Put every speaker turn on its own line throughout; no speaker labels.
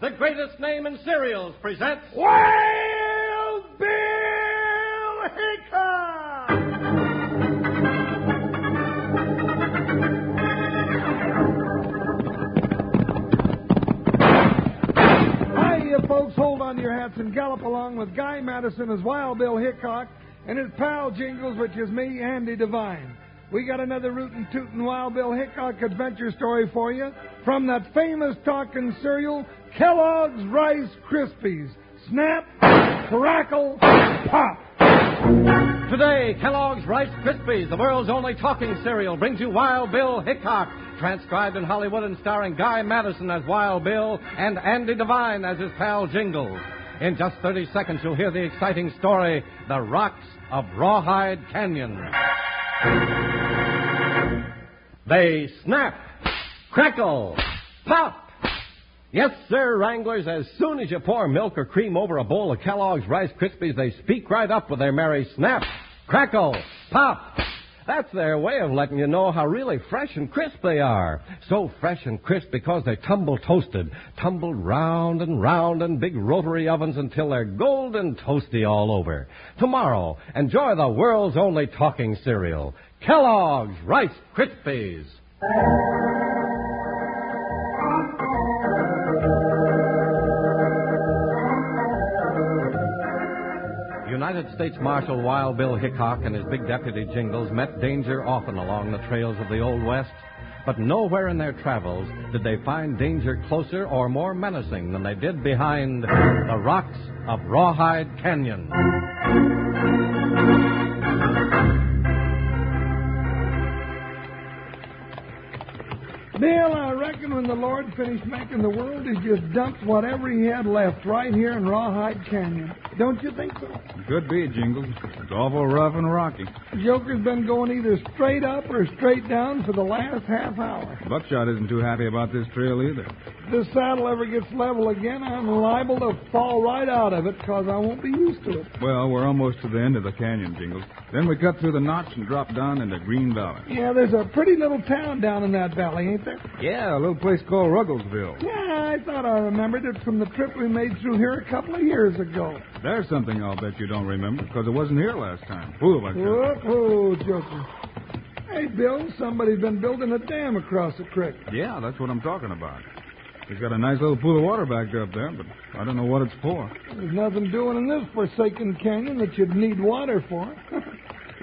the greatest name in cereals, presents
Wild Bill Hickok! Hi, you folks. Hold on to your hats and gallop along with Guy Madison as Wild Bill Hickok and his pal Jingles, which is me, Andy Devine. We got another rootin' tootin' Wild Bill Hickok adventure story for you from that famous talking cereal, Kellogg's Rice Krispies. Snap, crackle, pop.
Today, Kellogg's Rice Krispies, the world's only talking cereal, brings you Wild Bill Hickok, transcribed in Hollywood and starring Guy Madison as Wild Bill and Andy Devine as his pal Jingles. In just 30 seconds, you'll hear the exciting story The Rocks of Rawhide Canyon. They snap, crackle, pop. Yes, sir, Wranglers, as soon as you pour milk or cream over a bowl of Kellogg's Rice Krispies, they speak right up with their merry snap, crackle, pop. That's their way of letting you know how really fresh and crisp they are. So fresh and crisp because they're tumble toasted, tumbled round and round in big rotary ovens until they're golden toasty all over. Tomorrow, enjoy the world's only talking cereal, Kellogg's Rice Krispies. United States Marshal Wild Bill Hickok and his big deputy Jingles met danger often along the trails of the Old West, but nowhere in their travels did they find danger closer or more menacing than they did behind the rocks of Rawhide Canyon.
Bill, I reckon when the Lord finished making the world, he just dumped whatever he had left right here in Rawhide Canyon. Don't you think so?
Could be, Jingles. It's awful rough and rocky.
Joker's been going either straight up or straight down for the last half hour.
Buckshot isn't too happy about this trail either.
If this saddle ever gets level again, I'm liable to fall right out of it because I won't be used to it.
Well, we're almost to the end of the canyon, Jingles. Then we cut through the notch and drop down into Green Valley.
Yeah, there's a pretty little town down in that valley, ain't there?
Yeah, a little place called Rugglesville.
Yeah, I thought I remembered it from the trip we made through here a couple of years ago.
There's something I'll bet you don't remember because it wasn't here last time. Fool, like that.
Whoa, whoa, Oh, Joker. Hey, Bill, somebody's been building a dam across the creek.
Yeah, that's what I'm talking about. We've got a nice little pool of water backed up there, but I don't know what it's for.
There's nothing doing in this forsaken canyon that you'd need water for.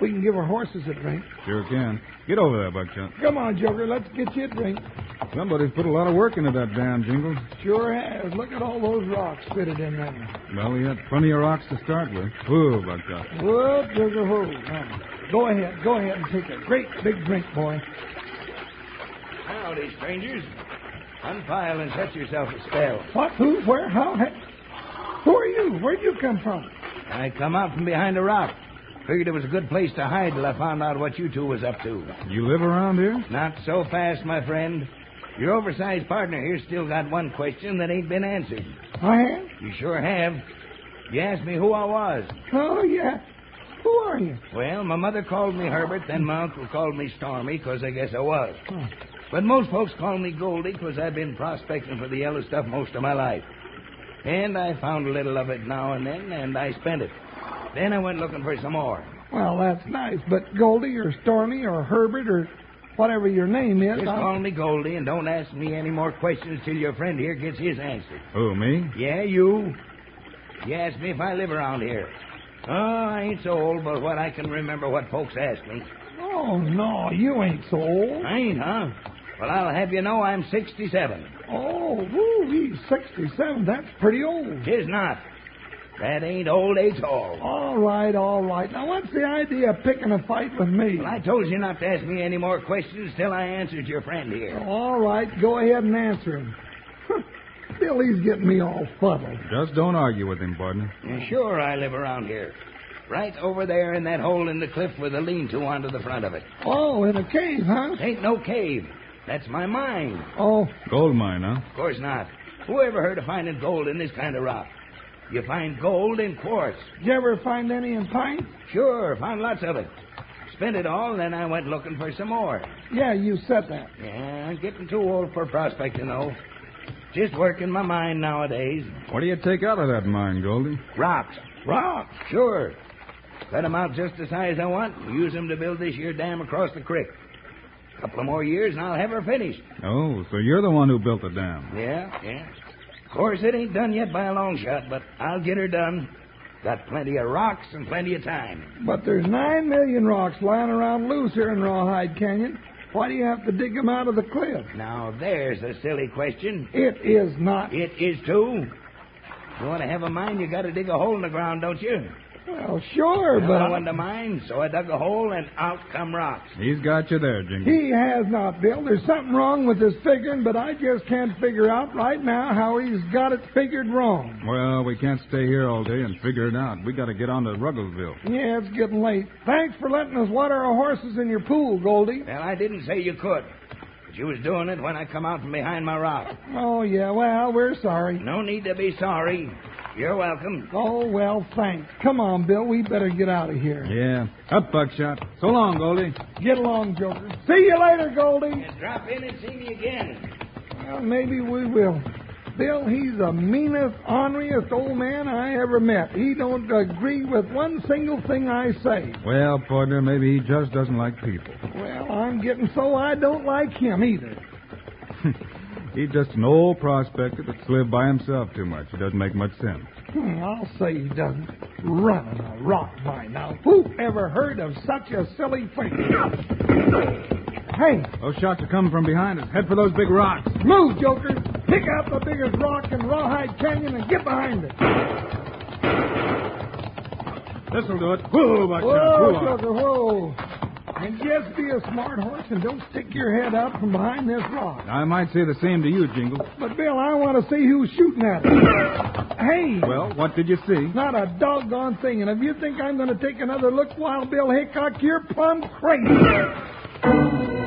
we can give our horses a drink.
Sure can. Get over there, Buckshot.
Come on, Joker, let's get you a drink.
Somebody's put a lot of work into that dam, Jingles.
Sure has. Look at all those rocks fitted in there.
Well, we had plenty of rocks to start with. Whoa, Buckshot.
Whoop, there's a hole. Now, Go ahead, go ahead and take a great big drink, boy.
Howdy, strangers. Unfile and set yourself a spell.
What, who, where, how? he- Who are you? Where'd you come from?
I come out from behind a rock. Figured it was a good place to hide till I found out what you two was up to.
You live around here?
Not so fast, my friend. Your oversized partner here's still got one question that ain't been answered.
I am?
You sure have. You asked me who I was.
Oh, yeah. Who are you?
Well, my mother called me Herbert, then my uncle called me Stormy, 'cause I guess I was.
Huh.
But most folks call me Goldie, 'cause I've been prospecting for the yellow stuff most of my life. And I found a little of it now and then, and I spent it. Then I went looking for some more.
Well, that's nice, but Goldie or Stormy or Herbert or whatever your name is. uh,
Just
I-
call me Goldie and don't ask me any more questions till your friend here gets his answer.
Who, me?
Yeah, you? You asked me if I live around here. Oh, I ain't so old, but what I can remember what folks ask me.
Oh, no, you ain't so old.
I ain't, huh? Well, I'll have you know I'm 67.
Oh, woo, he's 67. That's pretty old.
Tis not. That ain't old age all.
All right, all right. Now, what's the idea of picking a fight with me?
Well, I told you not to ask me any more questions till I answered your friend here.
All right, go ahead and answer him. Bill, he's getting me all fuddled.
Just don't argue with him, partner.
And Sure, I live around here. Right over there in that hole in the cliff with a lean-to onto the front of it.
Oh, in a cave, huh?
Ain't no cave. That's my mine.
Oh,
Gold mine, huh?
Of course not. Who ever heard of finding gold in this kind of rock? You find gold in quartz.
did you ever find any in pine?
Sure, found lots of it. Spent it all, then I went looking for some more.
Yeah, you said that.
Yeah, I'm getting too old for prospecting, though. Just working my mind nowadays.
What do you take out of that mine, Goldie?
Rocks. Rocks, sure. Let 'em out just the size I want and use 'em to build this here dam across the creek. A couple of more years and I'll have her finished.
Oh, so you're the one who built the dam.
Yeah, yeah. Of course, it ain't done yet by a long shot, but I'll get her done. Got plenty of rocks and plenty of time.
But there's nine million rocks lying around loose here in Rawhide Canyon. Why do you have to dig them out of the cliff?
Now, there's a silly question.
It is not.
It is too. You want to have a mine, you got to dig a hole in the ground, don't you?
Well, sure,
Well,
but.
I wanted a mine, so I dug a hole and out come rocks.
He's got you there, Jingle.
He has not, Bill. There's something wrong with his figuring, but I just can't figure out right now how he's got it figured wrong.
Well, we can't stay here all day and figure it out. We got to get on to Rugglesville.
Yeah, it's getting late. Thanks for letting us water our horses in your pool, Goldie.
Well, I didn't say you could. But you was doing it when I come out from behind my rock.
Oh, yeah, well, we're sorry.
No need to be sorry. You're welcome.
Oh, well, thanks. Come on, Bill. We better get out of here.
Yeah. Up, Buckshot. So long, Goldie.
Get along, Joker. See you later, Goldie.
And drop in and see me again.
Well, maybe we will. Bill, he's the meanest, orneriest old man I ever met. He don't agree with one single thing I say.
Well, partner, maybe he just doesn't like people.
Well, I'm getting so I don't like him either.
He's just an old prospector that's lived by himself too much. It doesn't make much sense.
Hmm, I'll say he doesn't. Running a rock mine. Now, who ever heard of such a silly thing? hey,
Those shots are coming from behind us. Head for those big rocks.
move, Joker. Pick out the biggest rock in Rawhide Canyon and get behind it.
This'll do it. Whoa, Buckshot.
Whoa,
whoa.
Joker, whoa. And just be a smart horse and don't stick your head out from behind this rock.
I might say the same to you, Jingle.
But, Bill, I want to see who's shooting at it. hey,
Well, what did you see?
Not a doggone thing. And if you think I'm going to take another look, Wild Bill Hickok, you're plumb crazy.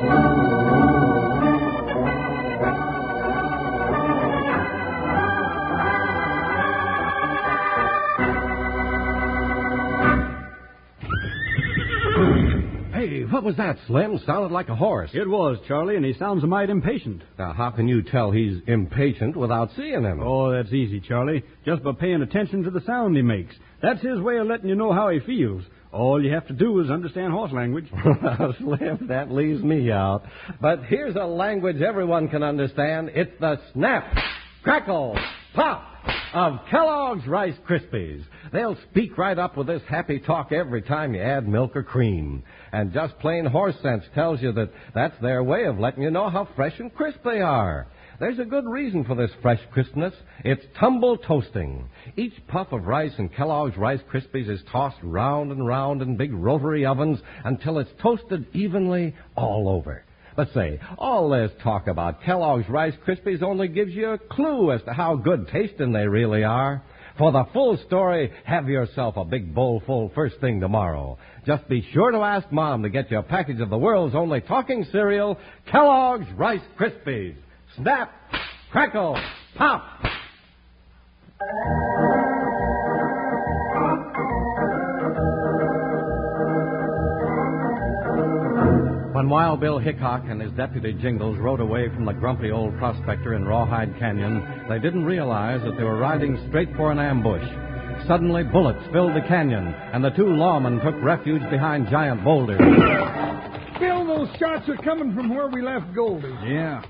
Hey, what was that, Slim? Sounded like a horse.
It was, Charlie, and he sounds a mite impatient.
Now, how can you tell he's impatient without seeing him?
Oh, that's easy, Charlie. Just by paying attention to the sound he makes. That's his way of letting you know how he feels. All you have to do is understand horse language.
Now, Slim, that leaves me out. But here's a language everyone can understand. It's the snap, crackle, pop of Kellogg's Rice Krispies. They'll speak right up with this happy talk every time you add milk or cream. And just plain horse sense tells you that that's their way of letting you know how fresh and crisp they are. There's a good reason for this fresh crispness. It's tumble toasting. Each puff of rice in Kellogg's Rice Krispies is tossed round and round in big rotary ovens until it's toasted evenly all over. But say, all this talk about Kellogg's Rice Krispies only gives you a clue as to how good tasting they really are. For the full story, have yourself a big bowl full first thing tomorrow. Just be sure to ask Mom to get you a package of the world's only talking cereal, Kellogg's Rice Krispies. Snap, crackle, pop. When Wild Bill Hickok and his deputy Jingles rode away from the grumpy old prospector in Rawhide Canyon, they didn't realize that they were riding straight for an ambush. Suddenly, bullets filled the canyon, and the two lawmen took refuge behind giant boulders.
Bill, those shots are coming from where we left Goldie.
Yeah.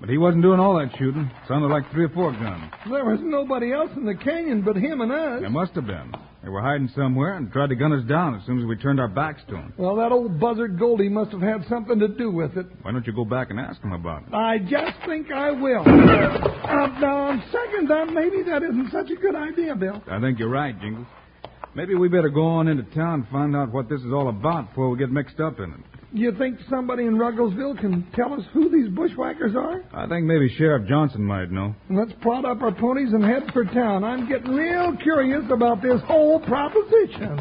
But he wasn't doing all that shooting. Sounded like three or four guns.
There was nobody else in the canyon but him and
There
us.
must have been. They were hiding somewhere and tried to gun us down as soon as we turned our backs to them.
Well, that old buzzard Goldie must have had something to do with it.
Why don't you go back and ask them about it?
I just think I will. Uh, now, on second thought, maybe that isn't such a good idea, Bill.
I think you're right, Jingles. Maybe we better go on into town and find out what this is all about before we get mixed up in it.
You think somebody in Rugglesville can tell us who these bushwhackers are?
I think maybe Sheriff Johnson might know.
Let's prod up our ponies and head for town. I'm getting real curious about this whole proposition.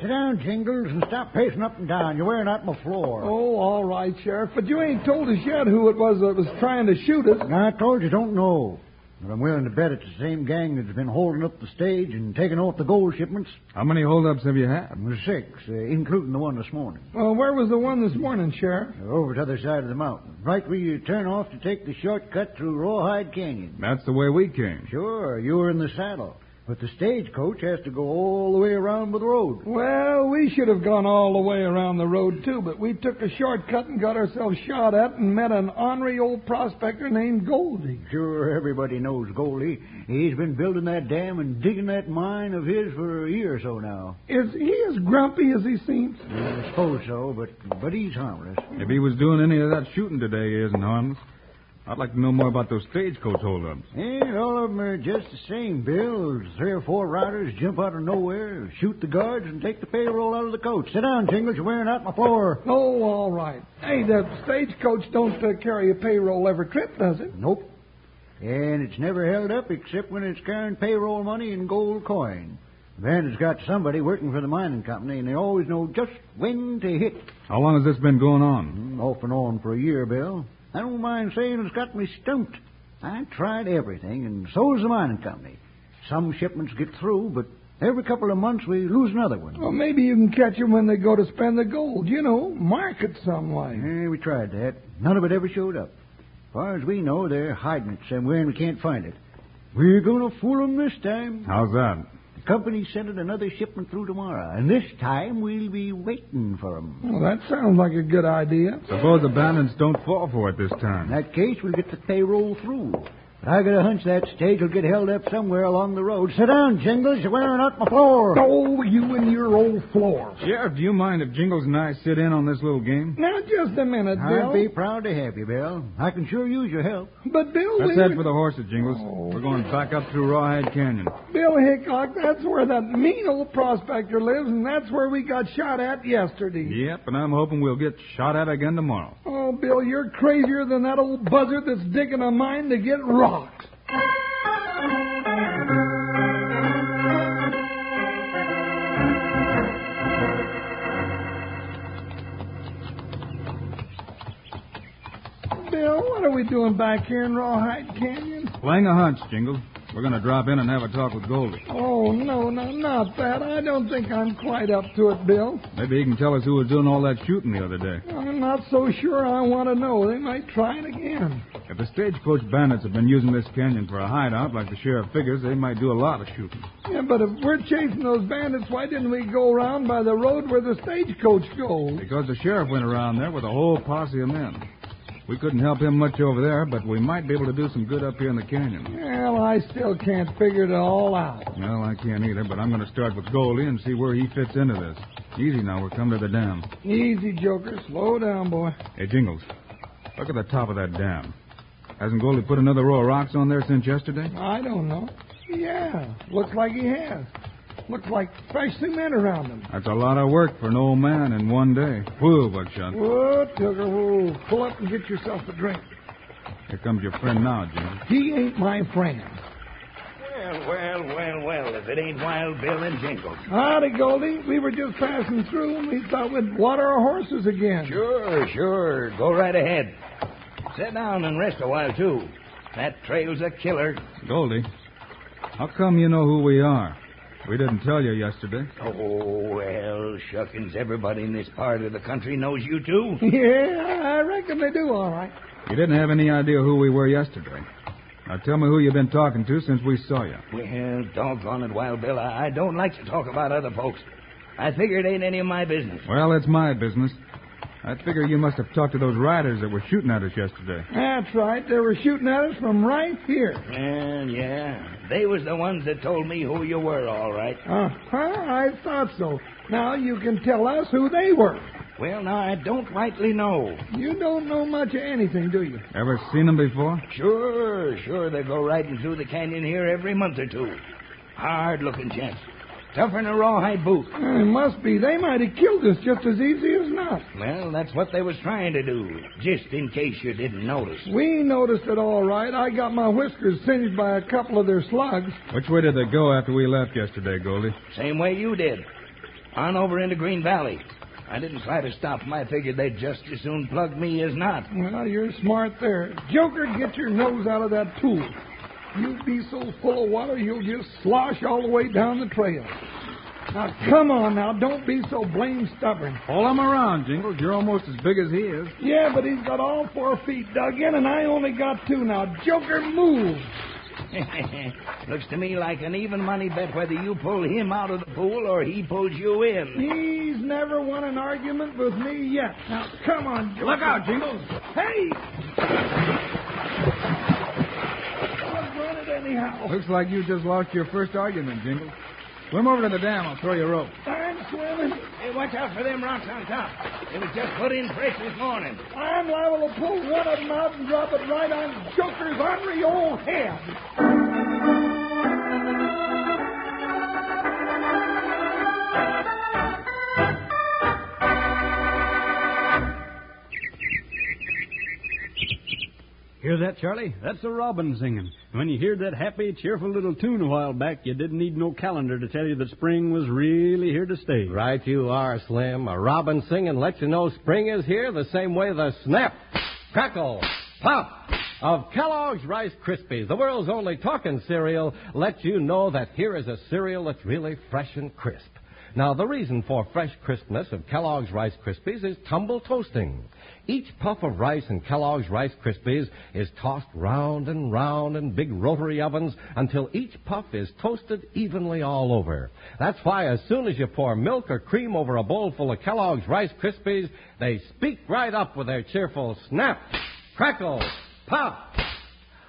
Sit down, Jingles, and stop pacing up and down. You're wearing out my floor.
Oh, all right, Sheriff, but you ain't told us yet who it was that was trying to shoot us.
I told you, don't know. But I'm willing to bet it's the same gang that's been holding up the stage and taking off the gold shipments.
How many holdups have you had?
There was six, uh, including the one this morning.
Well, where was the one this morning, Sheriff?
They're over to the other side of the mountain, right where you turn off to take the shortcut through Rawhide Canyon.
That's the way we came.
Sure, you were in the saddle, but the stagecoach has to go all the way around by the road.
Well, we should have gone all the way around the road, too, but we took a shortcut and got ourselves shot at and met an ornery old prospector named Goldie.
Sure, everybody knows Goldie. He's been building that dam and digging that mine of his for a year or so now.
Is he as grumpy as he seems?
I suppose so, but but he's harmless.
If he was doing any of that shooting today, he isn't harmless. I'd like to know more about those stagecoach holdups.
And all of 'em are just the same, Bill. Three or four riders jump out of nowhere, shoot the guards, and take the payroll out of the coach. Sit down, Jingles. You're wearing out my floor.
Oh, all right. Hey, the stagecoach don't uh, carry a payroll every trip, does it?
Nope. And it's never held up except when it's carrying payroll money and gold coin. Then it's got somebody working for the mining company, and they always know just when to hit.
How long has this been going on?
Mm, Off and on for a year, Bill. I don't mind saying it's got me stumped. I tried everything, and so's the mining company. Some shipments get through, but every couple of months we lose another one.
Well, maybe you can catch 'em when they go to spend the gold. You know, market some way.
Eh, we tried that. None of it ever showed up. Far as we know, they're hiding it somewhere, and we can't find it. We're going to 'em this time.
How's that?
The company's sending another shipment through tomorrow, and this time we'll be waiting for 'em.
Well, that sounds like a good idea.
Suppose the balance don't fall for it this time.
In that case, we'll get the payroll through. But I got a hunch that stage will get held up somewhere along the road. Sit down, Jingles. You're wearing out my floor.
Oh, you and your old floor.
Sheriff, do you mind if Jingles and I sit in on this little game?
Now, just a minute, Bill.
I'd be proud to have you, Bill. I can sure use your help.
But Bill,
That's
we
that
were-
for the horses, Jingles.
Oh.
We're going back up through Rawhide Canyon.
Bill Hickok, that's where that mean old prospector lives, and that's where we got shot at yesterday.
Yep, and I'm hoping we'll get shot at again tomorrow.
Oh, Bill, you're crazier than that old buzzard that's digging a mine to get rocks. Bill, what are we doing back here in Rawhide Canyon?
Playing a hunch, Jingles. We're going to drop in and have a talk with Goldie.
Oh, no, no, not that. I don't think I'm quite up to it, Bill.
Maybe he can tell us who was doing all that shooting the other day.
I'm not so sure I want to know. They might try it again.
If the stagecoach bandits have been using this canyon for a hideout, like the sheriff figures, they might do a lot of shooting.
Yeah, but if we're chasing those bandits, why didn't we go around by the road where the stagecoach goes?
Because the sheriff went around there with a whole posse of men. We couldn't help him much over there, but we might be able to do some good up here in the canyon.
Well, I still can't figure it all out.
Well, I can't either, but I'm going to start with Goldie and see where he fits into this. Easy now, we're coming to the dam.
Easy, Joker. Slow down, boy.
Hey, Jingles, look at the top of that dam. Hasn't Goldie put another row of rocks on there since yesterday?
I don't know. Yeah, looks like he has. Looks like fresh cement around him.
That's a lot of work for an old man in one day. Whoa, Buckshot.
Whoa, Joker, whoa. Pull up and get yourself a drink.
Here comes your friend now, Jingles.
He ain't my friend.
Well, well, well, well. If it ain't Wild Bill and Jingles.
Howdy, Goldie. We were just passing through and we thought we'd water our horses again.
Sure, sure. Go right ahead. Sit down and rest a while, too. That trail's a killer.
Goldie, how come you know who we are? We didn't tell you yesterday.
Oh, well, shuckins. Everybody in this part of the country knows you, too.
Yeah, I reckon they do all right.
You didn't have any idea who we were yesterday. Now tell me who you've been talking to since we saw you.
Well, doggone it, Wild Bill. I I don't like to talk about other folks. I figure it ain't any of my business.
Well, it's my business. I figure you must have talked to those riders that were shooting at us yesterday.
That's right. They were shooting at us from right here.
Well, yeah. They was the ones that told me who you were, all right.
Uh huh. I thought so. Now you can tell us who they were.
Well, now, I don't rightly know.
You don't know much of anything, do you?
Ever seen them before?
Sure, sure, they go riding through the canyon here every month or two. Hard-looking gents. Tougher'n a rawhide boot.
It must be. They might have killed us just as easy as not.
Well, that's what they was trying to do, just in case you didn't notice.
We noticed it all right. I got my whiskers singed by a couple of their slugs.
Which way did they go after we left yesterday, Goldie?
Same way you did. On over into Green Valley. I didn't try to stop 'em. I figured they'd just as soon plug me as not.
Well, you're smart there. Joker, get your nose out of that tool. You'll be so full of water you'll just slosh all the way down the trail. Now, come on now. Don't be so blame stubborn.
Pull him around, Jingles. You're almost as big as he is.
Yeah, but he's got all four feet dug in, and I only got two now. Joker, move.
Looks to me like an even money bet whether you pull him out of the pool or he pulls you in.
He's never won an argument with me yet. Now, come on, Joker. Look out, Jingles. Hey! I'll run it anyhow.
Looks like you just lost your first argument, Jingles. Swim over to the dam. I'll throw you a rope.
I'm swimming.
Hey, watch out for them rocks on top. It was just put in fresh this morning.
I'm liable to pull one of them out and drop it right on Joker's ornery old head.
Hear that, Charlie? That's the robin singing. When you heard that happy, cheerful little tune a while back, you didn't need no calendar to tell you that spring was really here to stay.
Right you are, Slim. A robin singing lets you know spring is here the same way the snap, crackle, pop of Kellogg's Rice Krispies, the world's only talking cereal, lets you know that here is a cereal that's really fresh and crisp. Now, the reason for fresh crispness of Kellogg's Rice Krispies is tumble toasting. Each puff of rice in Kellogg's Rice Krispies is tossed round and round in big rotary ovens until each puff is toasted evenly all over. That's why as soon as you pour milk or cream over a bowl full of Kellogg's Rice Krispies, they speak right up with their cheerful snap, crackle, pop.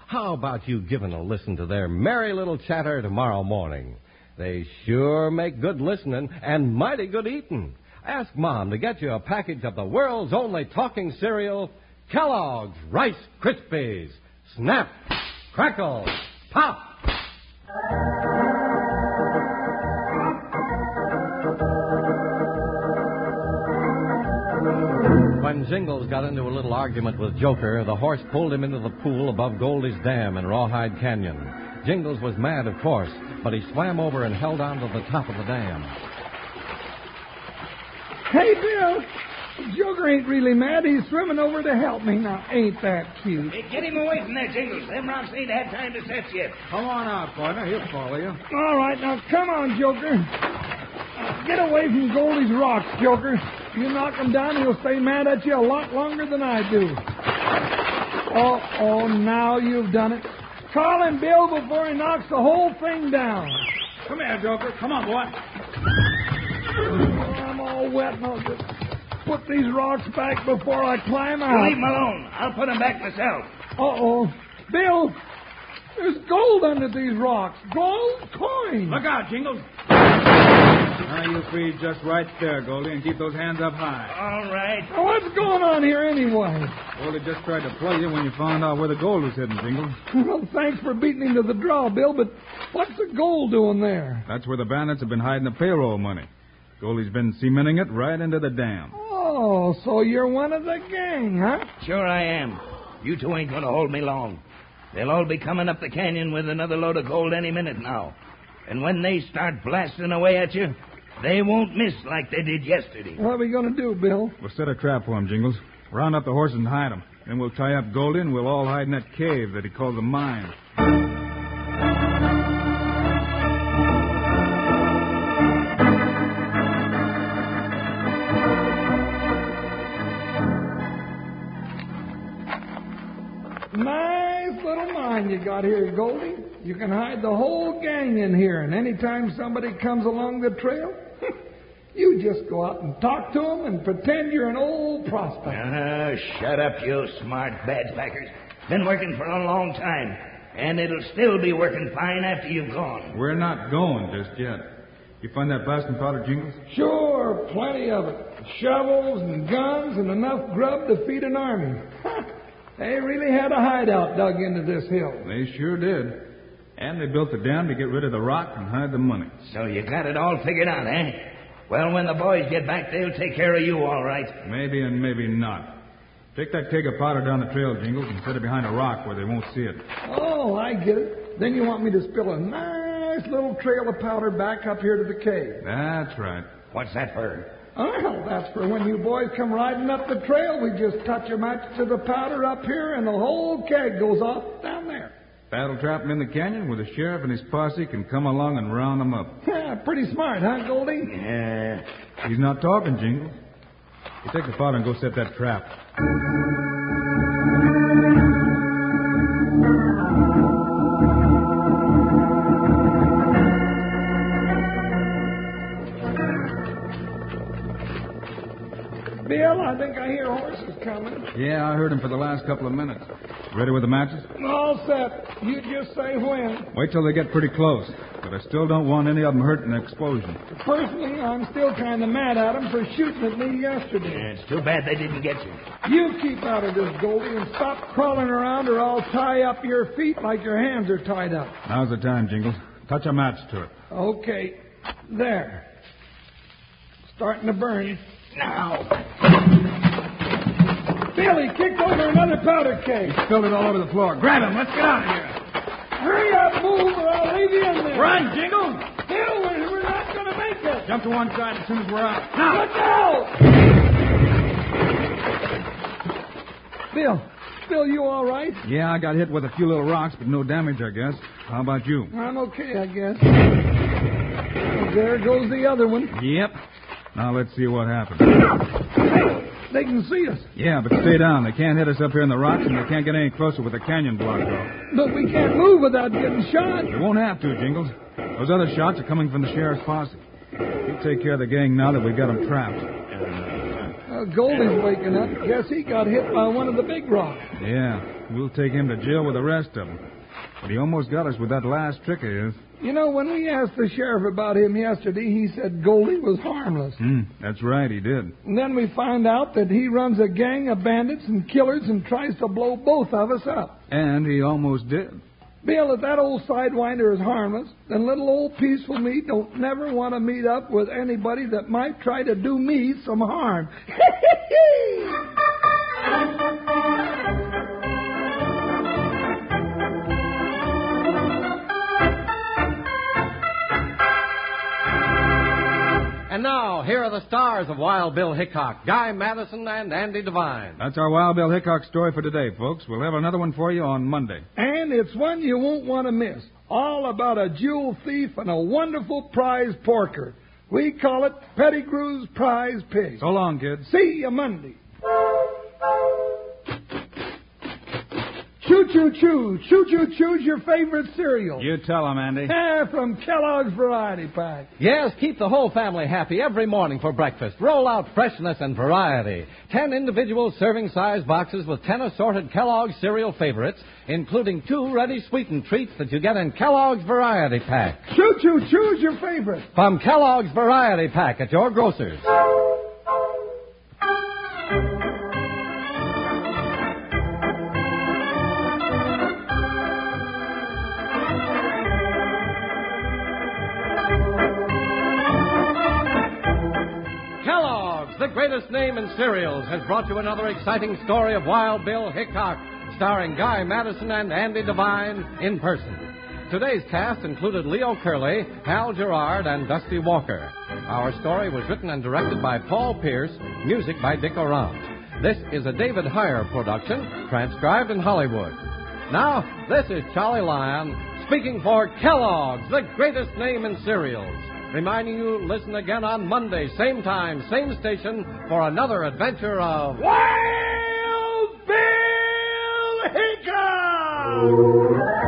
How about you giving a listen to their merry little chatter tomorrow morning? They sure make good listening and mighty good eating. Ask Mom to get you a package of the world's only talking cereal, Kellogg's Rice Krispies. Snap, crackle, pop. When Jingles got into a little argument with Joker, the horse pulled him into the pool above Goldie's Dam in Rawhide Canyon. Jingles was mad, of course, but he swam over and held on to the top of the dam.
Hey, Bill. Joker ain't really mad. He's swimming over to help me now. Ain't that cute?
Hey, get him away from there, Jingles. Them rocks ain't had time to set yet.
Come on out, partner. He'll follow you.
All right, now come on, Joker. Now, Get away from Goldie's rocks, Joker. You knock him down, he'll stay mad at you a lot longer than I do. Oh, oh, now you've done it. Call him Bill before he knocks the whole thing down.
Come here, Joker. Come on, boy.
I'm all wet now. Just put these rocks back before I climb
Leave
out.
him alone. I'll put him back myself.
Uh oh. Bill, there's gold under these rocks. Gold coins.
Look out, Jingles. Now you freeze just right there, Goldie, and keep those hands up high.
All right.
Now, what's going on here anyway?
Goldie just tried to play you when you found out where the gold was hidden, Jingles.
Well, thanks for beating him to the draw, Bill, but what's the gold doing there?
That's where the bandits have been hiding the payroll money. Goldie's been cementing it right into the dam.
Oh, so you're one of the gang, huh?
Sure I am. You two ain't going to hold me long. They'll all be coming up the canyon with another load of gold any minute now. And when they start blasting away at you, they won't miss like they did yesterday.
What are we going to do, Bill?
We'll set a trap for him, Jingles. Round up the horses and hide them. Then we'll tie up Goldie and we'll all hide in that cave that he called the mine.
Nice little mine you got here, Goldie. You can hide the whole gang in here, and anytime somebody comes along the trail, you just go out and talk to them and pretend you're an old prospect.
Ah, shut up, you smart badgebackers. Been working for a long time, and it'll still be working fine after you've gone.
We're not going just yet. You find that blasting powder, Jingles?
Sure, plenty of it. Shovels and guns and enough grub to feed an army. they really had a hideout dug into this hill.
They sure did. And they built the dam to get rid of the rock and hide the money.
So you got it all figured out, eh? Well, when the boys get back, they'll take care of you all right.
Maybe and maybe not. Take that keg of powder down the trail, Jingles, and set it behind a rock where they won't see it.
Oh, I get it. Then you want me to spill a nice little trail of powder back up here to the cave.
That's right.
What's that for?
Oh, that's for when you boys come riding up the trail. We just touch a match to the powder up here, and the whole keg goes off down there.
Battle trap 'em in the canyon where the sheriff and his posse can come along and round 'em up.
Yeah, pretty smart, huh, Goldie?
Yeah.
He's not talking, Jingles. You take the father and go set that trap.
Bill, I think I hear horses coming.
Yeah, I heard him for the last couple of minutes. Ready with the matches?
All set. You just say when.
Wait till they get pretty close. But I still don't want any of them hurt in an explosion.
Personally, I'm still kind of mad at 'em for shooting at me yesterday.
Yeah, It's too bad they didn't get you.
You keep out of this, Goldie, and stop crawling around or I'll tie up your feet like your hands are tied up.
Now's the time, Jingles. Touch a match to it.
Okay. There. Starting to burn.
Now.
Billy kicked over another powder keg.
Spilled it all over the floor. Grab him. Let's get out of here.
Hurry up, move, or I'll leave you in there.
Run, Jingles.
Bill, we're, we're not going to make it.
Jump to one side as soon as we're out.
Now. Look out! Bill, Bill, you all right?
Yeah, I got hit with a few little rocks, but no damage, I guess. How about you?
I'm okay, I guess. There goes the other one.
Yep. Now let's see what happens.
They can see us,
Yeah, but stay down. They can't hit us up here in the rocks, and they can't get any closer with the canyon blocked off.
but we can't move without getting shot.
They won't have to, Jingles. Those other shots are coming from the sheriff's posse. You take care of the gang now that we've got them trapped.
Uh, Goldie's waking up. Guess he got hit by one of the big rocks.
Yeah, we'll take him to jail with the rest of them. But he almost got us with that last trick of his.
You know, when we asked the sheriff about him yesterday, he said Goldie was harmless.
Hmm, that's right, he did.
And then we find out that he runs a gang of bandits and killers and tries to blow both of us up.
And he almost did.
Bill, if that old sidewinder is harmless, then little old peaceful me don't never want to meet up with anybody that might try to do me some harm.
And now, here are the stars of Wild Bill Hickok, Guy Madison, and Andy Devine.
That's our Wild Bill Hickok story for today, folks. We'll have another one for you on Monday.
and it's one you won't want to miss. All about a jewel thief and a wonderful prize porker. We call it Pettigrew's Prize Pig.
So long, kids.
See you Monday. Choo choo choo. Choo choo choo's your favorite cereal.
You tell him, Andy.
Yeah, from Kellogg's Variety Pack.
Yes, keep the whole family happy every morning for breakfast. Roll out freshness and variety. Ten individual serving size boxes with ten assorted Kellogg's cereal favorites, including two ready sweetened treats that you get in Kellogg's Variety Pack.
Choo choo choo's your favorite.
From Kellogg's Variety Pack at your grocer's. Kellogg's, the greatest name in cereals, has brought you another exciting story of Wild Bill Hickok, starring Guy Madison and Andy Devine in person. Today's cast included Leo Curley, Hal Gerard, and Dusty Walker. Our story was written and directed by Paul Pierce, music by Dick Orant. This is a David Heyer production, transcribed in Hollywood. Now, this is Charlie Lyon speaking for Kellogg's, the greatest name in cereals reminding you listen again on Monday, same time, same station, for another adventure of.
Wild Bill Hickok!